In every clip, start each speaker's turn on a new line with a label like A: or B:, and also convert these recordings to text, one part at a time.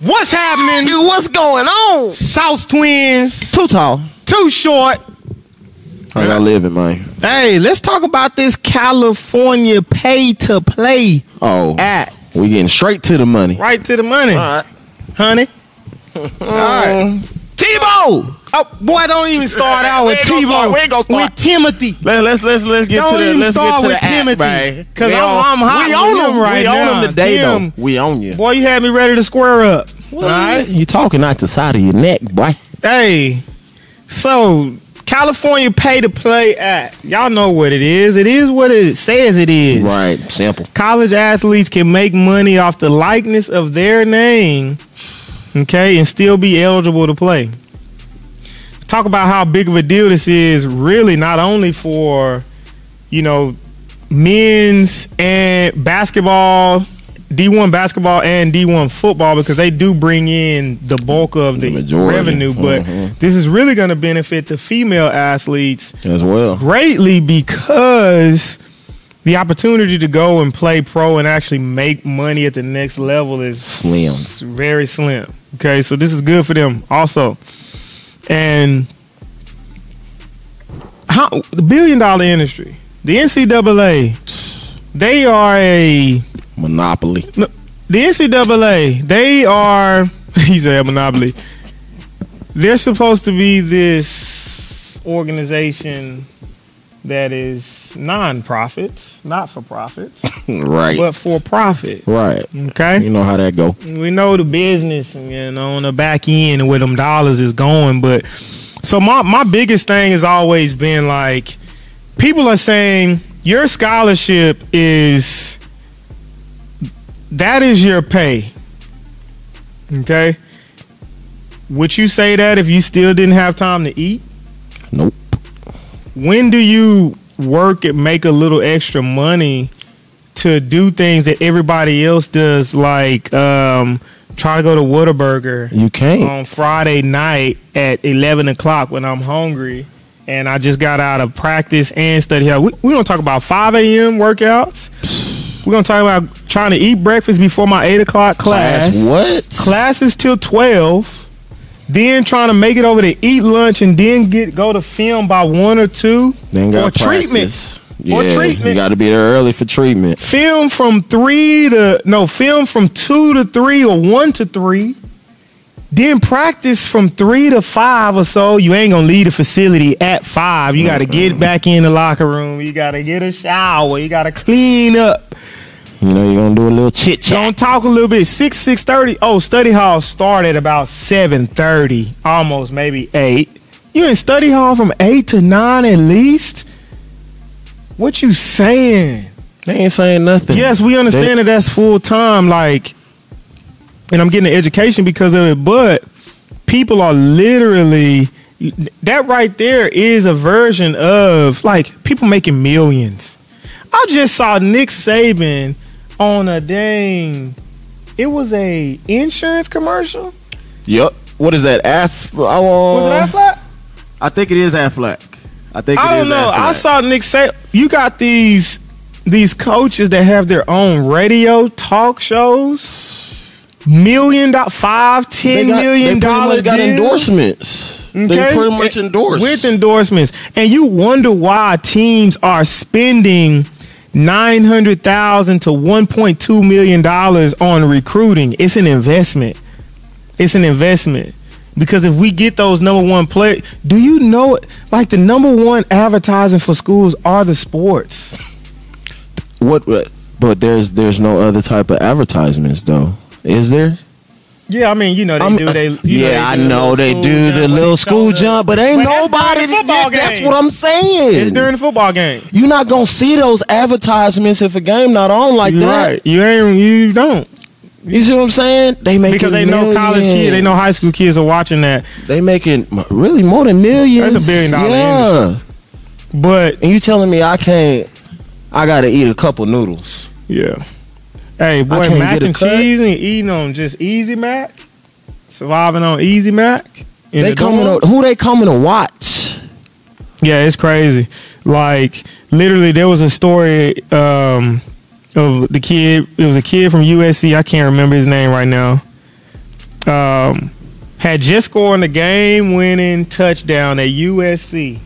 A: What's happening?
B: Dude, what's going on?
A: South Twins,
C: Too tall.
A: too short.
C: I got living, man.
A: Hey, let's talk about this California pay to play
C: Oh,
A: act.
C: we getting straight to the money.
A: Right to the money,
C: right.
A: honey. All right.
C: Mm. Tebow.
A: Oh, boy, don't even start out with
C: We ain't gonna start.
A: Tebow.
C: We ain't gonna start.
A: With Timothy.
C: Let's let's let's let's get
A: Don't
C: to the
A: even
C: let's
A: start
C: get to
A: with
C: the act,
A: Timothy,
C: man.
A: 'cause
C: They
A: I'm-
C: all-
A: I'm hot
C: We
A: with
C: on
A: him
C: them
A: right
C: We on
A: now.
C: them today
A: Tim.
C: though. We on you.
A: Boy, you had me ready to square up.
C: All right, you talking out the side of your neck, boy.
A: Hey, so California Pay to Play Act. Y'all know what it is. It is what it says it is.
C: Right, simple.
A: College athletes can make money off the likeness of their name, okay, and still be eligible to play. Talk about how big of a deal this is, really, not only for, you know, men's and basketball, D1 basketball and D1 football, because they do bring in the bulk of the,
C: The majority.
A: revenue, but
C: Mhm.
A: this is really going to benefit the female athletes
C: As well.
A: greatly because the opportunity to go and play pro and actually make money at the next level is
C: Slim.
A: very slim. Okay, so this is good for them also. And how the billion dollar industry, the NCAA, they are a
C: Monopoly.
A: the NCAA, they are he's a monopoly. They're supposed to be this organization that is non-profit, not for profit,
C: right.
A: but for profit.
C: right.
A: Okay,
C: You know how that go.
A: we know the business and you know on the back end and where them dollars is going but so my my biggest thing has always been like people are saying your scholarship is that is your pay okay would you say that if you still didn't have time to eat
C: Nope.
A: when do you work and make a little extra money to do things that everybody else does like um try to go to Whataburger
C: You can't.
A: on Friday night at eleven o'clock when I'm hungry and I just got out of practice and study hell. We we gonna talk about five AM workouts. We're gonna talk about trying to eat breakfast before my eight o'clock class.
C: What?
A: Classes till twelve. Then trying to make it over to eat lunch and then get go to film by one or two.
C: Then
A: for
C: got
A: treatment.
C: Yeah,
A: For treatment.
C: You got to be there early for treatment.
A: Film from three to no, film from two to three or one to three. Then practice from three to five or so. You ain't gonna leave the facility at five. You gotta get back in the locker room. You gotta get a shower. You gotta clean up.
C: You know you're gonna do a little chit
A: Don't
C: chat.
A: talk a little bit. Six six thirty. Oh, study hall start at about seven thirty, almost maybe eight. You in study hall from eight to nine at least. What you saying?
C: They ain't saying nothing.
A: Yes, we understand that that's full time, like, and I'm getting an education because of it, but people are literally, that right there is a version of, like, people making millions. I just saw Nick Saban on a dang, it was a insurance commercial?
C: Yep. What is that? Af. Oh,
A: Was it Aflac?
D: I think it is Affleck. I think
A: I
D: it
A: don't
D: is
A: know. I
D: Affleck.
A: saw Nick say you got these these coaches that have their own radio talk shows. Million dollar, five, ten million
C: they pretty
A: dollars.
C: much got
A: deals,
C: endorsements. They
A: okay?
C: pretty much endorsed.
A: with endorsements, and you wonder why teams are spending nine hundred thousand to one point two million dollars on recruiting. It's an investment. It's an investment. Because if we get those number one players, do you know like the number one advertising for schools are the sports?
C: what, what? But there's there's no other type of advertisements though. Is there?
A: Yeah, I mean, you know they
C: I'm-
A: do. They you
C: yeah, I
A: do the
C: know
A: little
C: they
A: school
C: do
A: jump
C: the
A: when
C: little
A: they show
C: school
A: the-
C: jump, but ain't
A: But that's during
C: nobody.
A: the football
C: that- That's
A: game.
C: what I'm saying.
A: It's during the football game.
C: You're not gonna see those advertisements if a game not on like
A: You
C: that.
A: right? You ain't. You don't
C: You see what I'm saying? They making
A: because they know college kids, they know high school kids are watching that.
C: They making m- really more than millions.
A: That's a billion dollar
C: Yeah,
A: But
C: and you telling me I can't? I gotta eat a couple noodles.
A: Yeah. Hey, boy,
C: can't
A: mac
C: get a
A: and
C: cut.
A: cheese and eating on just Easy Mac, surviving on Easy Mac. in
C: they
A: the
C: coming
A: dorms.
C: to, who they coming to watch?
A: Yeah, it's crazy. Like literally, there was a story um, of the kid. It was a kid from USC. I can't remember his name right now. um, had just scored the game winning touchdown at USC.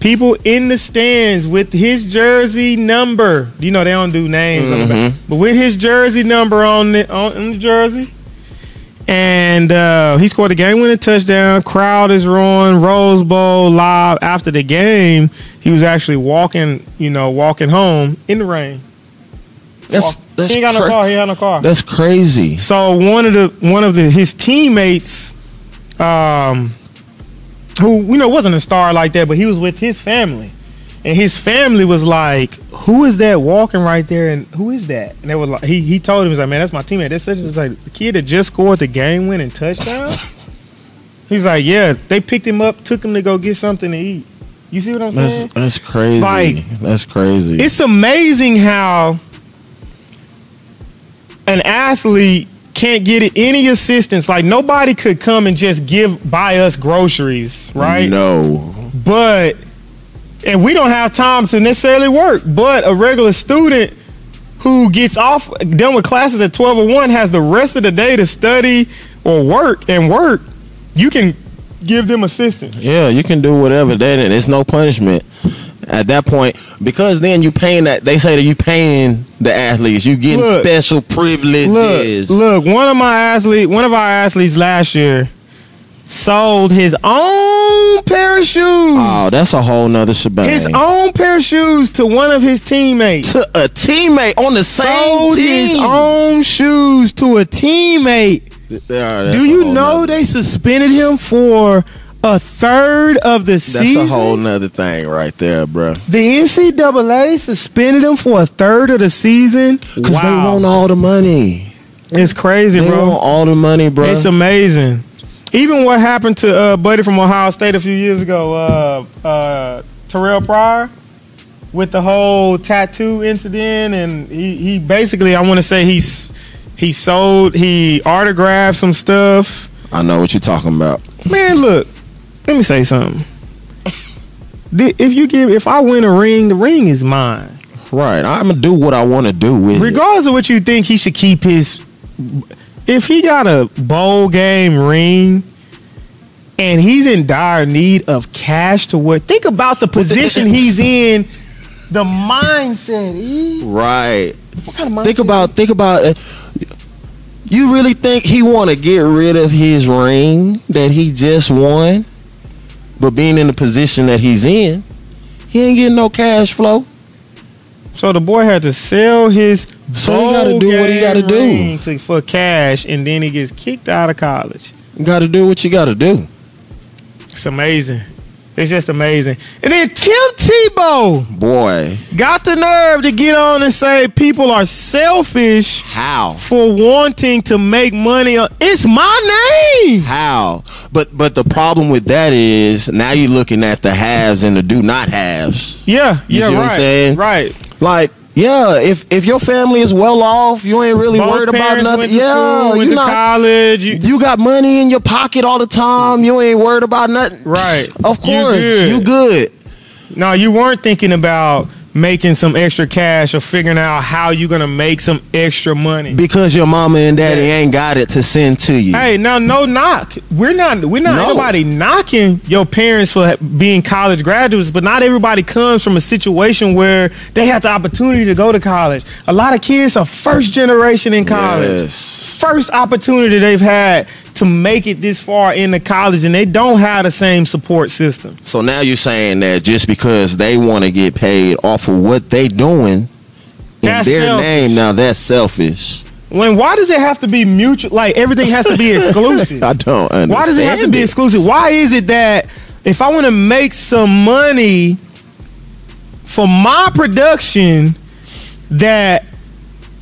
A: People in the stands with his jersey number. You know they don't do names, on the back,
C: Mhm.
A: but with his jersey number on the on, on the jersey, and uh, he scored the game winning touchdown. Crowd is roaring. Rose Bowl live after the game. He was actually walking, you know, walking home in the rain.
C: That's that's
A: he ain't got no
C: cra-
A: car. He had no car.
C: That's crazy.
A: So one of the one of the his teammates, um, who you know wasn't a star like that, but he was with his family, and his family was like, "Who is that walking right there? And who is that?" And they were like, "He he told him, he's like, man, that's my teammate. That's such it's like the kid that just scored the game winning touchdown." He's like, "Yeah, they picked him up, took him to go get something to eat." You see what I'm saying?
C: That's that's crazy.
A: Mm-hmm. Like-
C: that's crazy.
A: It's amazing how an athlete can't get any assistance. Like nobody could come and just give buy us groceries, right?
C: No.
A: But and we don't have time to necessarily work. But a regular student who gets off done with classes at twelve or one has the rest of the day to study or work and work. You can give them assistance.
C: Yeah, you can do whatever. Then it's no punishment at that point because then you paying that. They say that you paying the athletes. You getting
A: Look.
C: special
A: Look,
C: privileges.
A: look, one of my athlete, one of our athletes last year sold his own pair of shoes.
C: Oh, that's a whole nother shebang.
A: his own pair of shoes to one of his teammates.
C: to a teammate on the same
A: Sold
C: team.
A: his own shoes to a teammate.
C: Th- yeah, that's
A: Do
C: a
A: you
C: whole
A: know
C: nother-
A: they suspended him for a third of the
C: That's
A: season?
C: a whole nother thing right there, bro.
A: the NCAA suspended him for a third of the season.
C: Because they
A: Wow.
C: want all the money.
A: it's crazy,
C: They
A: bro.
C: want all the money, bro.
A: It's amazing. Even what happened to uh, Buddy from Ohio State a few years ago, uh, uh, Terrell Pryor, with the whole tattoo incident, and he, he basically, I want to say he's he sold, he autographed some stuff.
C: I know what you're talking about.
A: Man, look, let me say something. The- If you give, if I win a ring, the ring is mine,
C: Right. I'm going to do what I want to do with it.
A: regardless of what you think. He should keep his. If he got a bowl game ring, and he's in dire need of cash to work. Think about the position he's in, the mindset. E.
C: Right.
A: What kind of mindset?
C: Think about, think about. uh, You really think he want to get rid of his ring that he just won? But being in the position that he's in, he ain't getting no cash flow.
A: So the boy had to sell his
C: So he gotta do what he gotta do.
A: ring to, for cash, and then he gets kicked out of college.
C: You got to do what you got to do.
A: It's amazing. It's just amazing. And then Tim Tebow
C: Boy,
A: got the nerve to get on and say people are selfish
C: how?
A: for wanting to make money. It's my name.
C: How? But but the problem with that is now you're looking at the haves and the do not haves.
A: Yeah,
C: You
A: yeah,
C: see
A: right,
C: what I'm saying?
A: right.
C: Like, yeah, if if your family is well off, you ain't really
A: Both
C: worried about
A: parents
C: nothing.
A: Went to
C: yeah,
A: school, went
C: you
A: to
C: not-
A: college. You,
C: You got money in your pocket all the time. You ain't worried about nothing.
A: Right. You
C: Of course.
A: good.
C: You good.
A: no, you weren't thinking about making some extra cash or figuring out how you're gonna make some extra money.
C: Because your mama and daddy
A: Yeah.
C: ain't got it to send to you.
A: Hey, now no knock. We're not. We're not.
C: No.
A: Nobody knocking your parents for being college graduates, but not everybody comes from a situation where they have the opportunity to go to college. A lot of kids are first generation in college.
C: Yes.
A: First opportunity they've had to make it this far into college, and they don't have the same support system.
C: So now you're saying that just because they want to get paid off of what they doing in
A: That's
C: their
A: selfish.
C: name, now that's selfish.
A: When why does it have to be mutual? Like everything has to be exclusive.
C: I don't understand.
A: Why does it have to be
C: it.
A: exclusive? Why is it that if I want to make some money for my production, that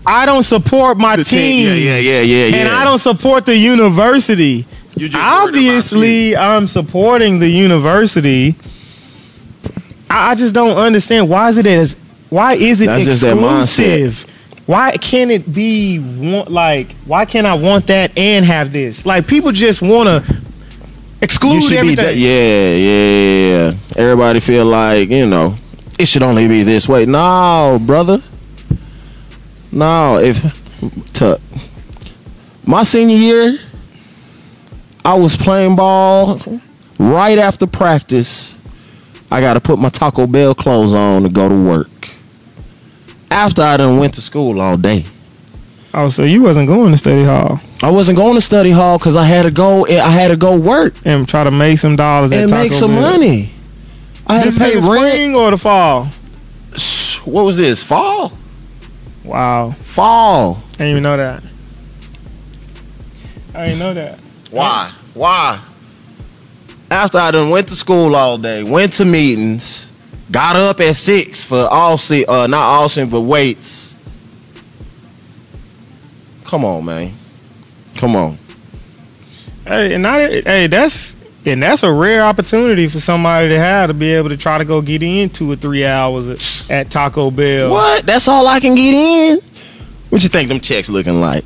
A: I don't support my
D: The
A: team,
D: team,
C: Yeah, yeah, yeah, yeah, yeah.
A: and I don't support the university?
D: You just worried about
A: Obviously, I'm supporting the university. I, I just don't understand why is it as why is it
C: That's just that mindset.
A: exclusive? Why can't it be want like why can't I want that and have this? Like people just want to
C: You
A: exclude
C: should be
A: everything.
C: that. Yeah, yeah, yeah. Everybody feel like you know it should only be this way. No, brother. No, if to my senior year, I was playing ball right after practice. I got to put my Taco Bell clothes on to go to work. After I done went to school all day.
A: Oh, so you wasn't going to study hall
C: I wasn't going to study hall because I had to go. I had to go work
A: and try to make some dollars at
C: and
A: Taco
C: make some
A: Bell.
C: money. I had
A: This
C: to
A: is
C: pay
A: in the
C: rent.
A: spring or the fall?
C: What was this? Fall?
A: Wow,
C: Fall?
A: I didn't even know that. I didn't know that.
C: Why? Why? After I done went to school all day, went to meetings, got up at six for all se- uh not all se- but weights. Come on, man. Come on.
A: Hey, and I, hey, that's and that's a rare opportunity for somebody to have to be able to try to go get in two or three hours at, at Taco Bell.
C: What? That's all I can get in? What you think them checks looking like?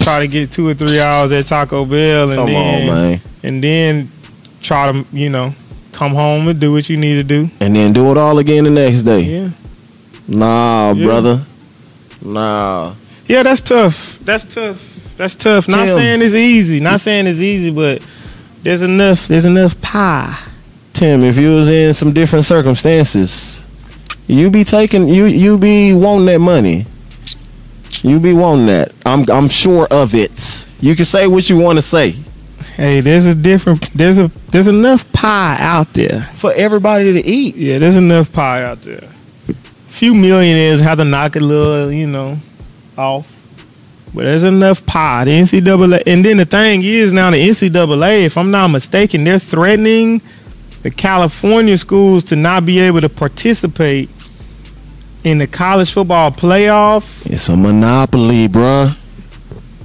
A: Try to get two or three hours at Taco Bell, and
C: Come
A: then
C: on, man.
A: and then try to you know come home and do what you need to do.
C: And then do it all again the next day.
A: Yeah,
C: Nah,
A: Yeah.
C: brother. Nah.
A: yeah, that's tough. That's tough. That's tough. Not
C: Tim.
A: saying it's easy. Not saying it's easy, but there's enough. There's enough pie.
C: Tim, if you was in some different circumstances, you be taking you you be wanting that money. You be wanting that. I'm I'm sure of it. You can say what you want to say.
A: Hey, there's a different. There's a there's enough pie out there.
C: For everybody to eat.
A: Yeah, there's enough pie out there. Few millionaires have to knock a little, you know, off. But there's enough pie. The NCAA, and then the thing is now the NCAA, if I'm not mistaken, they're threatening the California schools to not be able to participate in the college football playoff.
C: It's a monopoly, bruh.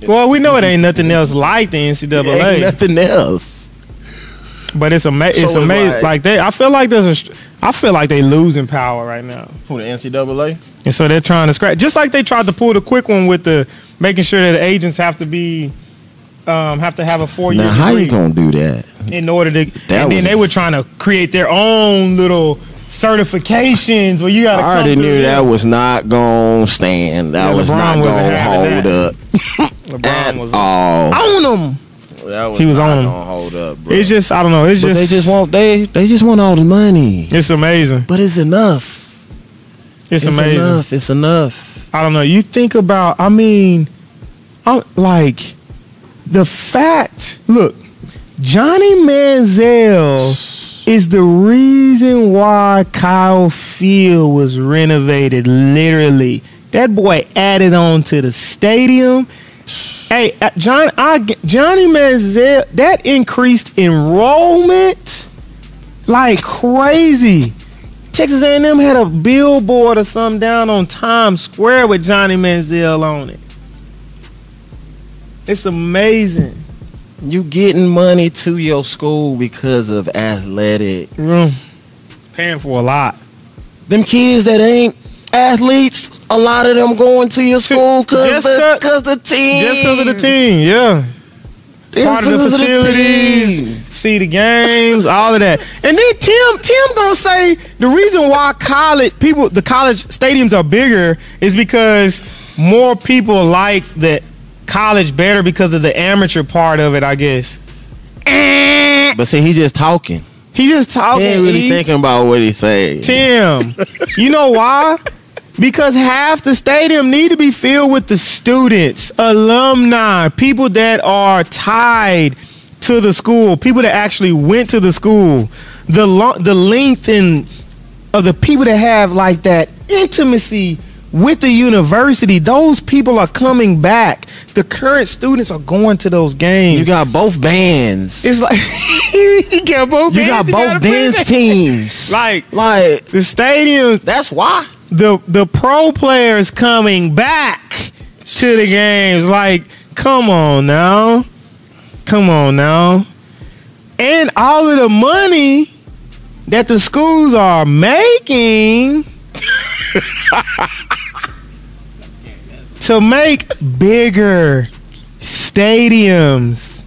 A: Well, we know it ain't nothing else like the
C: Ain't
A: NCAA,
C: nothing else.
A: but it's ama- it's
C: So it's
A: amazing. Like,
C: like-
A: they, I feel like there's a, str- I feel like they losing power right now.
C: Who the NCAA?
A: And so they're trying to scratch, just like they tried to pull the quick one with the making sure that the agents have to be um, have to have a four year
C: Now how
A: degree
C: you gonna do that?
A: in order to.
C: That
A: and then
C: was-
A: they were trying to create their own little certifications where you got to.
C: I already
A: come through
C: knew that
A: them.
C: was not gonna stand. That
A: Yeah,
C: was
A: LeBron
C: not
A: wasn't
C: gonna
A: having
C: hold
A: that.
C: up at
A: LeBron was
C: all.
A: on them.
C: That
A: He was
C: not
A: on him.
C: gonna hold up, bro.
A: It's just I don't know. It's
C: but
A: just
C: they just want they they just want all the money.
A: It's amazing.
C: But it's enough.
A: It's, amazing.
C: enough. It's enough.
A: I don't know. You think about, I mean, I'm, like the fact. Look, Johnny Manziel is the reason why Kyle Field was renovated. Literally, that boy added on to the stadium. Hey, uh, John, I, g- Johnny Manziel, that increased enrollment like crazy. Texas A&M had a billboard or something down on Times Square with Johnny Manziel on it. It's amazing.
C: You getting money to your school because of athletic.
A: Paying for a lot.
C: Them kids that ain't athletes, a lot of them going to your school
A: Just
C: because the,
A: 'cause-
C: cause the team.
A: Just because of the team, yeah.
C: Just
A: Part of the
C: 'cause
A: facilities,
C: team.
A: see the games, all of that. And then Tim, Tim gonna say the reason why college people, the college stadiums are bigger is because more people like the college better because of the amateur part of it, I guess.
C: But see, he just talking.
A: He just
C: He
A: talking.
C: ain't really
A: he-
C: thinking about what he saying.
A: Tim, you know why? Because half the stadium need to be filled with the students, alumni, people that are tied to the school, people that actually went to the school. The lo- the length and of the people that have like that intimacy with the university, those people are coming back. The current students are going to those games.
C: You got both bands.
A: it's like you got both.
C: you got
A: bands,
C: both
A: gotta play
C: dance
A: that.
C: teams.
A: Like
C: like
A: the stadiums
C: that's why.
A: the the pro players coming back to the games. Like, come on now, come on now, and all of the money that the schools are making to make bigger stadiums.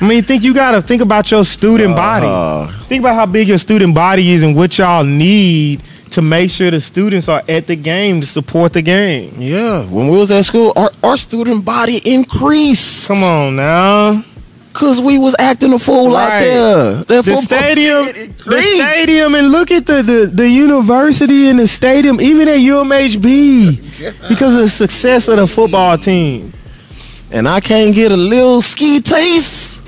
A: I mean, think you gotta think about your student body.
C: Uh,
A: Think about how big your student body is and what y'all need to make sure the students are at the game to support the game.
C: Yeah, when we was at school, our, our student body increased.
A: Come on now.
C: Cause we was acting a fool
A: Right.
C: out there. That
A: The
C: football
A: stadium,
C: team in
A: the
C: Greece.
A: stadium, and look at the, the, the university and the stadium, even at UMHB, because of the success of the football team.
C: and I can't get a little ski taste.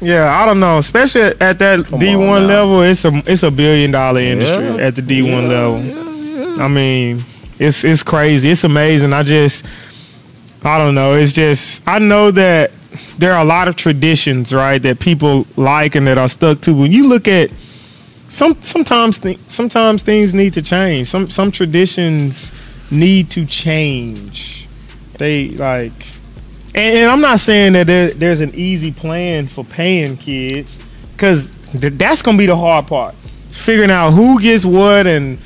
A: Yeah, I don't know. Especially at at that
C: Come
A: D
C: on
A: one
C: now.
A: level, it's a it's a billion dollar industry
C: Yeah.
A: at the D one level. I mean, it's it's crazy. It's amazing. I just I don't know. It's just I know that there are a lot of traditions, right, that people like and that are stuck to. When you look at some sometimes thi- sometimes things need to change. Some some traditions need to change. They like, and, and I'm not saying that there, there's an easy plan for paying kids, because th- that's gonna be the hard part, figuring out who gets what and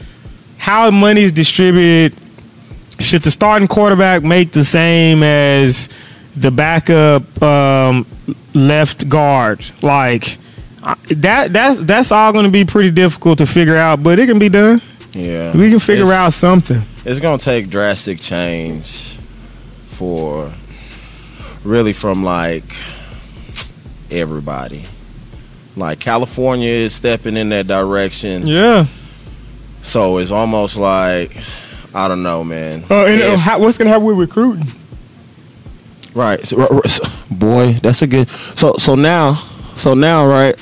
A: how money is distributed. Should the starting quarterback make the same as the backup um, left guard? Like I- that that's that's all going to be pretty difficult to figure out, but it can be done.
C: Yeah,
A: We can figure
C: It's-
A: out something.
C: it's gonna take drastic change for really from like everybody. Like California is stepping in that direction,
A: Yeah.
C: so it's almost like I don't know, man.
A: Uh, and uh,
C: If-
A: how, what's going to happen with recruiting?
C: Right. So, r- r- so- boy, that's a good. So so now, so now, right.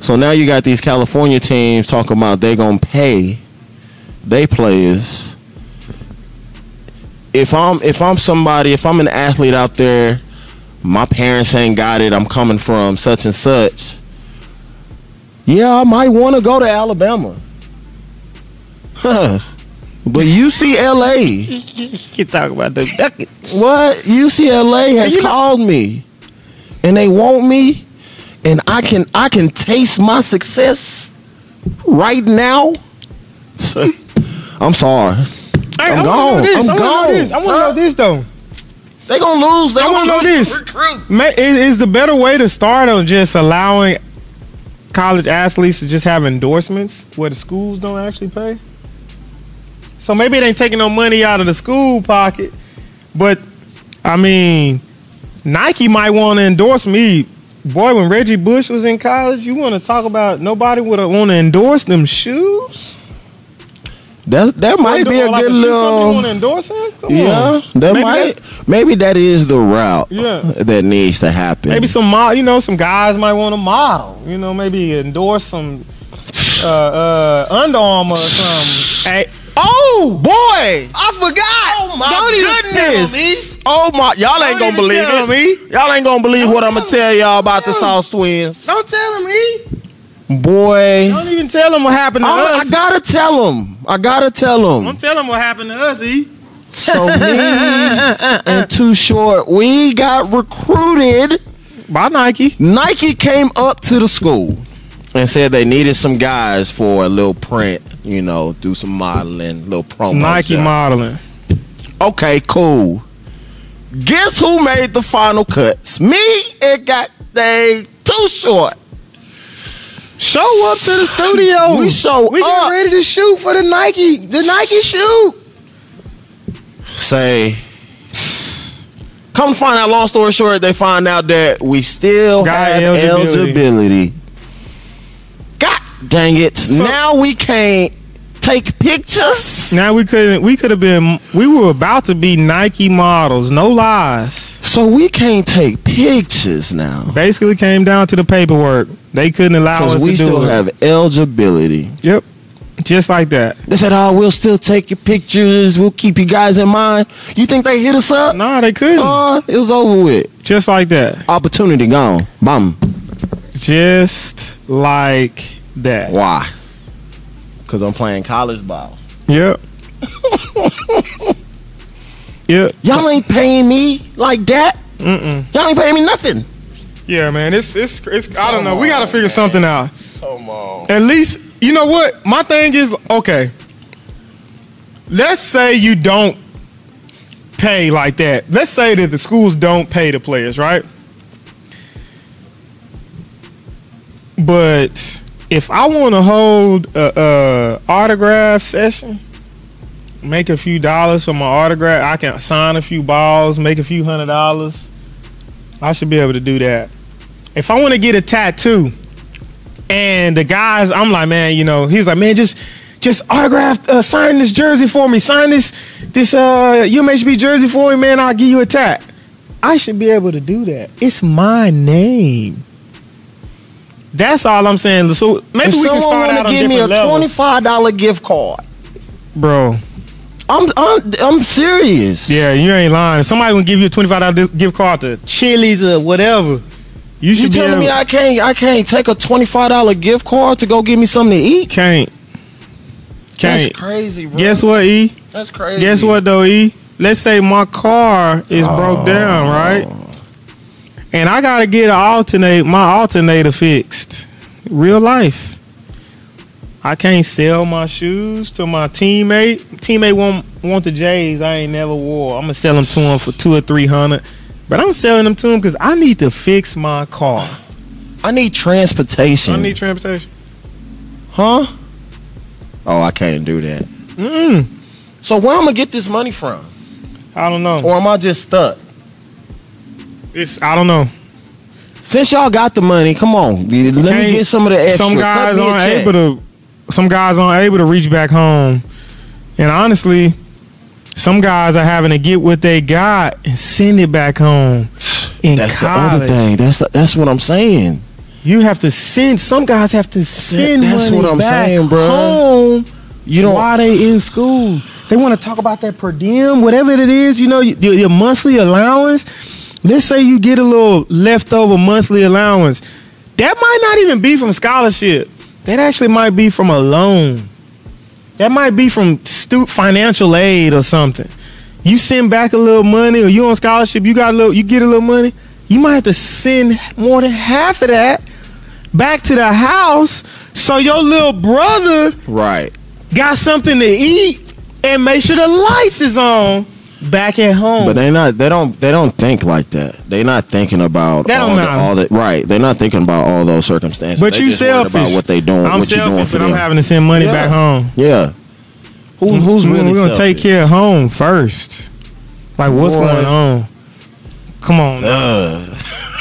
C: So now you got these California teams talking about they gonna pay they players. If I'm if I'm somebody, if I'm an athlete out there, my parents ain't got it. I'm coming from such and such. Yeah, I might want to go to Alabama. Huh. But UCLA.
A: You talk about the
C: What? UCLA has
A: You know-
C: called me, and they want me, and I can I can taste my success right now. I'm sorry.
A: Hey,
C: I'm
A: I wanna know
C: gone.
A: this. I wanna
C: I'm
A: know
C: gone.
A: this. I want to
C: Huh?
A: know this though.
C: They gonna lose. They
A: I wanna know this.
C: Recruit.
A: Ma- is, is the better way to start on just allowing college athletes to just have endorsements where the schools don't actually pay? So maybe it ain't taking no money out of the school pocket, but I mean, Nike might want to endorse me. Boy, when Reggie Bush was in college, you want to talk about nobody would want to endorse them shoes?
C: That that might be a
A: Or like
C: good
A: shoe company
C: little. um,
A: wanna endorse him? Come
C: Yeah,
A: on.
C: that
A: Maybe
C: might. maybe that is the route.
A: Yeah.
C: that needs to happen.
A: Maybe some mo- you know, some guys might want to model. You know, maybe endorse some uh, uh, Under Armour or something. Hey,
C: Oh boy! I forgot. Oh my
A: Don't even tell
C: goodness! Oh my! Y'all ain't
A: Don't
C: gonna believe
A: even tell
C: it. Y'all ain't gonna believe what I'm gonna tell y'all about the Sauce Twins.
A: don't tell him, E. Oh,
C: Boy,
A: Don't even tell him what happened to
C: I, I
A: us.
C: gotta tell them. I gotta tell
A: don't
C: them.
A: tell him what happened to us, E.
C: So me and Too Short, we got recruited.
A: By Nike.
C: Nike came up to the school and said they needed some guys for a little print. You know, do some modeling, little promo.
A: Nike
C: job.
A: modeling.
C: Okay, cool. Guess who made the final cuts? Me It got they too short.
A: Show up to the studio.
C: We show
A: We
C: up.
A: getting ready to shoot for the Nike.
C: The Nike shoe. Say, come to find out. Long story short, they find out that we still
A: Got
C: have
A: eligibility.
C: eligibility. God dang it! now we can't take pictures.
A: Now we couldn't. We could have been. We were about to be Nike models. No lies.
C: So we can't take pictures now
A: Basically, came down to the paperwork. They couldn't allow us
C: because
A: to
C: we
A: do
C: still
A: it.
C: have eligibility.
A: Yep. Just like that.
C: They said, "Oh, we'll still take your pictures. We'll keep you guys in mind." You think they hit us up?
A: Nah, they couldn't.
C: Uh, it was over with.
A: Just like that.
C: Opportunity gone. Bum.
A: Just like that.
C: Why? Because I'm playing college ball.
A: Yep. yep.
C: Y'all ain't paying me like that.
A: Mm-mm.
C: Y'all ain't paying me nothing.
A: Yeah, man. It's it's it's. I don't know. We got to figure something out.
C: Come on.
A: At least you know what my thing is. Okay. Let's say you don't pay like that. Let's say that the schools don't pay the players, right? But if I want to hold a, a autograph session, make a few dollars for my autograph, I can sign a few balls, make a few hundred dollars. I should be able to do that. If I want to get a tattoo, and the guys, I'm like, man, you know, he's like, man, just just autograph, uh, sign this jersey for me, sign this this uh UMHB jersey for me, man. I'll give you a tat. I should be able to do that. It's my name. That's all I'm saying. So maybe
C: if
A: we can
C: someone
A: start
C: wanna
A: out on
C: give
A: different
C: me a
A: levels,
C: twenty-five dollar gift card,
A: bro.
C: I'm I'm I'm serious.
A: Yeah, you ain't lying. If somebody gonna give you a twenty five dollar gift card to Chili's or whatever. You
C: You
A: should be
C: telling
A: able,
C: me I can't I can't take a twenty-five dollar gift card to go get me something to eat?
A: can't. Can't.
C: That's crazy, bro.
A: Guess what, E?
C: That's crazy.
A: Guess what though, E? Let's say my car is broke down, right? And I gotta get an alternate my alternator fixed. Real life. I can't sell my shoes to my teammate. Teammate won't want the J's I ain't never wore. I'm gonna sell them to him for two or three hundred. But I'm selling them to him because I need to fix my car.
C: I need transportation.
A: I need transportation.
C: huh? Oh, I can't do that.
A: Mm,
C: So where am I gonna get this money from?
A: I don't know.
C: Or am I just stuck?
A: It's I don't know.
C: Since y'all got the money, come on. Let
A: Can't-
C: me get some of the extra.
A: Some
C: Cut
A: guys
C: me a
A: aren't
C: check.
A: able to. Some guys aren't able to reach back home, and honestly, some guys are having to get what they got and send it back home. In
C: That's
A: college,
C: the other thing. That's the, that's what I'm saying.
A: you have to send. Some guys have to send
C: that's
A: money
C: what I'm
A: back
C: saying, bruh.
A: home.
C: You don't.
A: While they in school, they want to talk about that per diem, whatever it is. You know, y- your, your monthly allowance. Let's say you get a little leftover monthly allowance. That might not even be from scholarship. That actually might be from a loan. That might be from stu- financial aid or something. You send back a little money, or you on scholarship, you got a little, you get a little money. You might have to send more than half of that back to the house, so your little brother
C: Right.
A: got something to eat and make sure the lights is on back at home.
C: But they not. They don't. They don't think like that. They not thinking about
A: That don't
C: all, the,
A: matter.
C: all that. Right. They're not thinking about all those circumstances.
A: But
C: They
A: you
C: just worried
A: selfish.
C: about what they doing.
A: I'm
C: what you doing
A: selfish,
C: for
A: but I'm
C: them.
A: having to send money
C: Yeah.
A: back home. Mm-hmm.
C: yeah. Who, who's
A: We're
C: really?
A: gonna take
C: selfish?
A: care of home first. Like what's
C: Boy.
A: going on? Come on,
C: Ugh,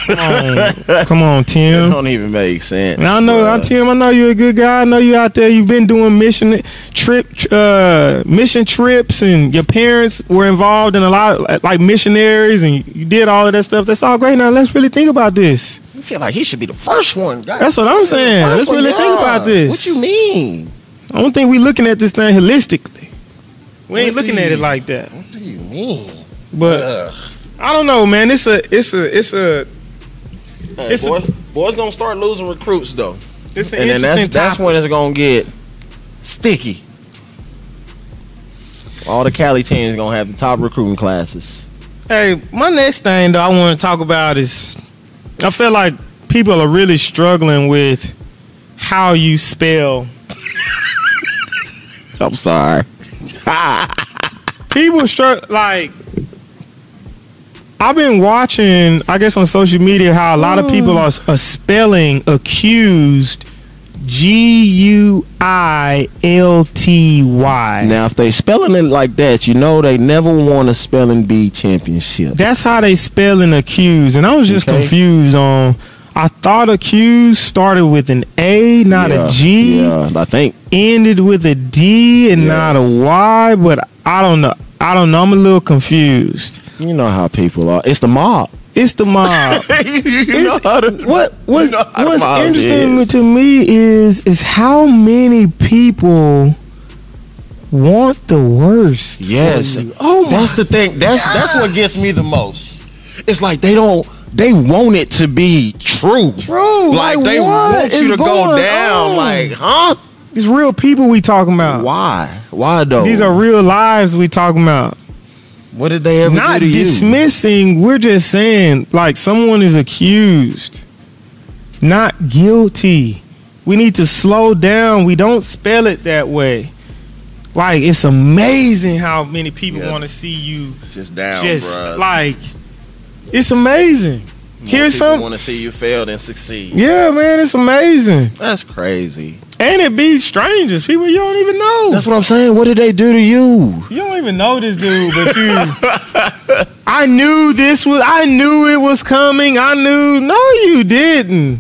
A: come on, come on,
C: it
A: Tim.
C: don't even make sense.
A: And I know,
C: bruh.
A: I'm Tim. I know you're a good guy. I know you out there. You've been doing mission trip, uh, mission trips, and your parents were involved in a lot of like missionaries, and you did all of that stuff. That's all great. Now let's really think about this.
C: I feel like he should be the first one. God
A: That's what I'm
C: damn,
A: saying.
C: first
A: Let's
C: one,
A: really think
C: yeah.
A: about this.
C: What you mean?
A: I don't think we looking at this thing holistically. We ain't
C: What do
A: looking at
C: you-
A: it like that.
C: What do you mean?
A: But
C: Ugh.
A: I don't know, man. It's a it's a it's a
C: Hey,
A: It's a-
C: boy- boys gonna start losing recruits though,
A: it's an
C: and then
A: interesting
C: that's, that's
A: topic.
C: when it's gonna get sticky. All the Cali teams gonna have the top recruiting classes.
A: hey, my next thing though I want to talk about is I feel like people are really struggling with how you spell.
C: I'm sorry.
A: People struggle like I've been watching, I guess, on social media how a lot of people are,
C: Mm.
A: are spelling accused G U I L T Y.
C: Now, if they spelling it like that, you know they never won a spelling bee championship.
A: That's how they spell in accuse, and I was just
C: Okay.
A: confused on. I thought accuse started with an A, not
C: Yeah,
A: a G.
C: Yeah, I think.
A: Ended with a D and
C: Yes.
A: not a Y, but I don't know. I don't know. I'm a little confused.
C: You know how people are. It's the mob.
A: It's the mob.
C: you
A: It's- what what's,
C: know how the
A: what's
C: mob
A: interesting
C: is.
A: to me is is how many people want the worst. for
C: Yes.
A: you. Oh my
C: That's the thing. That's that's what gets me the most. It's like they don't. They want it to be true.
A: True.
C: Like,
A: Like,
C: they
A: what
C: want you
A: is
C: to go
A: going
C: down.
A: on?
C: Like, huh?
A: It's real people we talking about.
C: Why? Why though?
A: These are real lives we talking about.
C: what did they ever
A: not
C: do to you?
A: dismissing we're just saying like someone is accused not guilty we need to slow down we don't spell it that way like it's amazing how many people
C: Yeah.
A: want to see you
C: Just down,
A: just
C: bruh.
A: like it's amazing Here's some-
C: want to see you fail than succeed.
A: Yeah, man, it's amazing.
C: That's crazy.
A: And it be strangers, people you don't even know.
C: That's what I'm saying. What did they do to you?
A: You don't even know this dude, but you. I knew this was. I knew it was coming. I knew. No, you didn't.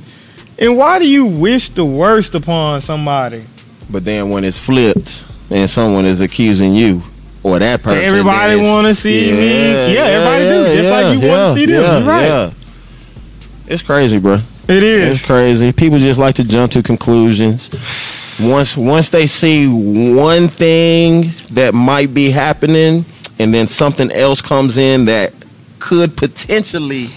A: And why do you wish the worst upon somebody?
C: But then when it's flipped and someone is accusing you or that person,
A: everybody
C: then it's-
A: wanna see me. Yeah, everybody do, just like you wanna see them. You right.
C: It's crazy, bro.
A: It is.
C: It's crazy. People just like to jump to conclusions. Once once they see one thing that might be happening, and then something else comes in that could potentially,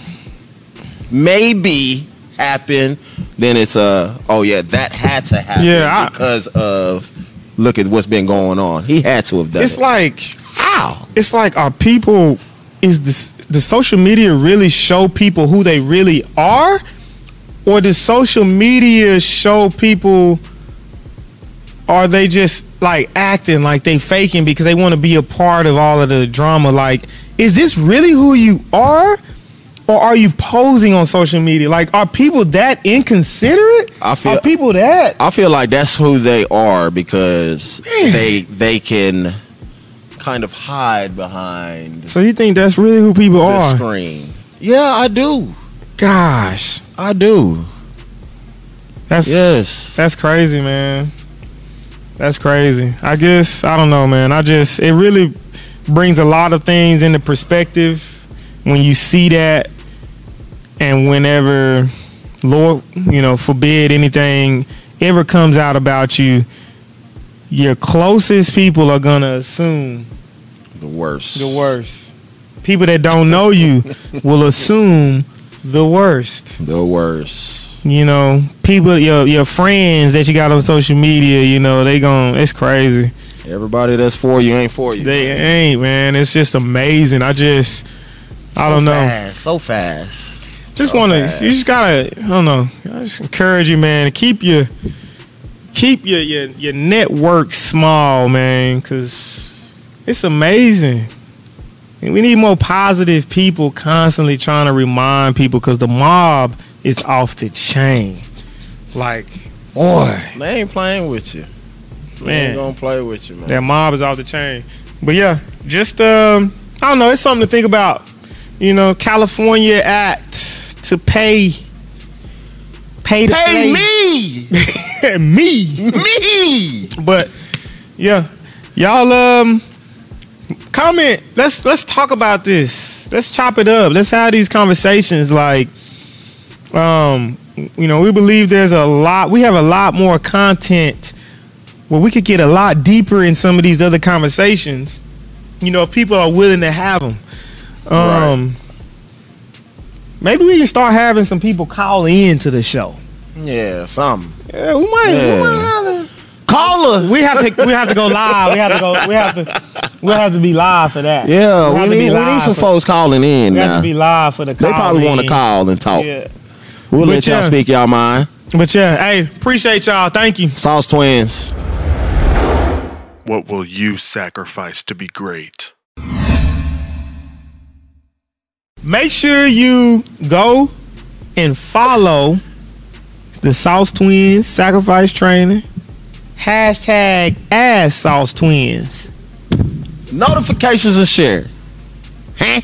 C: maybe happen, then it's uh, oh yeah, that had to happen
A: Yeah, I-
C: because of look at what's been going on. He had to have done
A: It's
C: it.
A: like
C: how?
A: it's like are people is this does social media really show people who they really are or does social media show people are they just like acting like they faking because they want to be a part of all of the drama like is this really who you are or are you posing on social media like are people that inconsiderate
C: I feel-
A: are people that
C: I feel like that's who they are because they they can kind of hide behind
A: so you think that's really who people
C: the
A: are
C: screen. Yeah, I do.
A: gosh
C: I do.
A: that's
C: Yes.
A: That's crazy, man. That's crazy. I guess I don't know, man. I just it really brings a lot of things into perspective when you see that, and whenever Lord, you know, forbid anything ever comes out about you, your closest people are gonna assume
C: the worst.
A: the worst. People that don't know you will assume the worst
C: The worst.
A: you know, people, your your friends that you got on social media, you know, they gon' it's crazy.
C: Everybody that's for you ain't for you.
A: They ain't, man. It's just amazing. I just, I don't know.
C: so fast.
A: Just
C: so
A: want to,
C: fast.
A: you just gotta, I don't know. I just encourage you, man, to keep your, keep your your your network small, man, cause it's amazing. And we need more positive people constantly trying to remind people, cause the mob is off the chain. Like, boy.
C: They ain't playing with you. They
A: Man.
C: ain't gonna play with you, man.
A: That mob is off the chain. But yeah, just um, I don't know. It's something to think about. You know, California Act to pay, pay to
C: Hey, me,
A: play. me.
C: me.
A: But yeah, y'all um, comment. Let's let's talk about this. Let's chop it up. Let's have these conversations. Like, um, you know, we believe there's a lot. We have a lot more content where we could get a lot deeper in some of these other conversations. You know, if people are willing to have them. Um, maybe we can start having some people call in to the show.
C: Yeah, something.
A: Yeah, we might. We might
C: Yeah.
A: have to-
C: Caller.
A: we have to we have to go live. We have to go. We have to we have to be live for that.
C: Yeah,
A: we
C: we,
A: have to be
C: need, we
A: live.
C: need some
A: for,
C: folks calling in
A: we have
C: now.
A: to be live for the.
C: They probably want to call and talk.
A: Yeah,
C: We'll
A: But
C: let y'all
A: yeah.
C: speak y'all mind.
A: but yeah. Hey, appreciate y'all. Thank you.
C: Sauce Twins.
B: What will you sacrifice to be great?
A: Make sure you go and follow the Sauce Twins Sacrifice Training hashtag as Sauce Twins.
C: Notifications and share. Huh?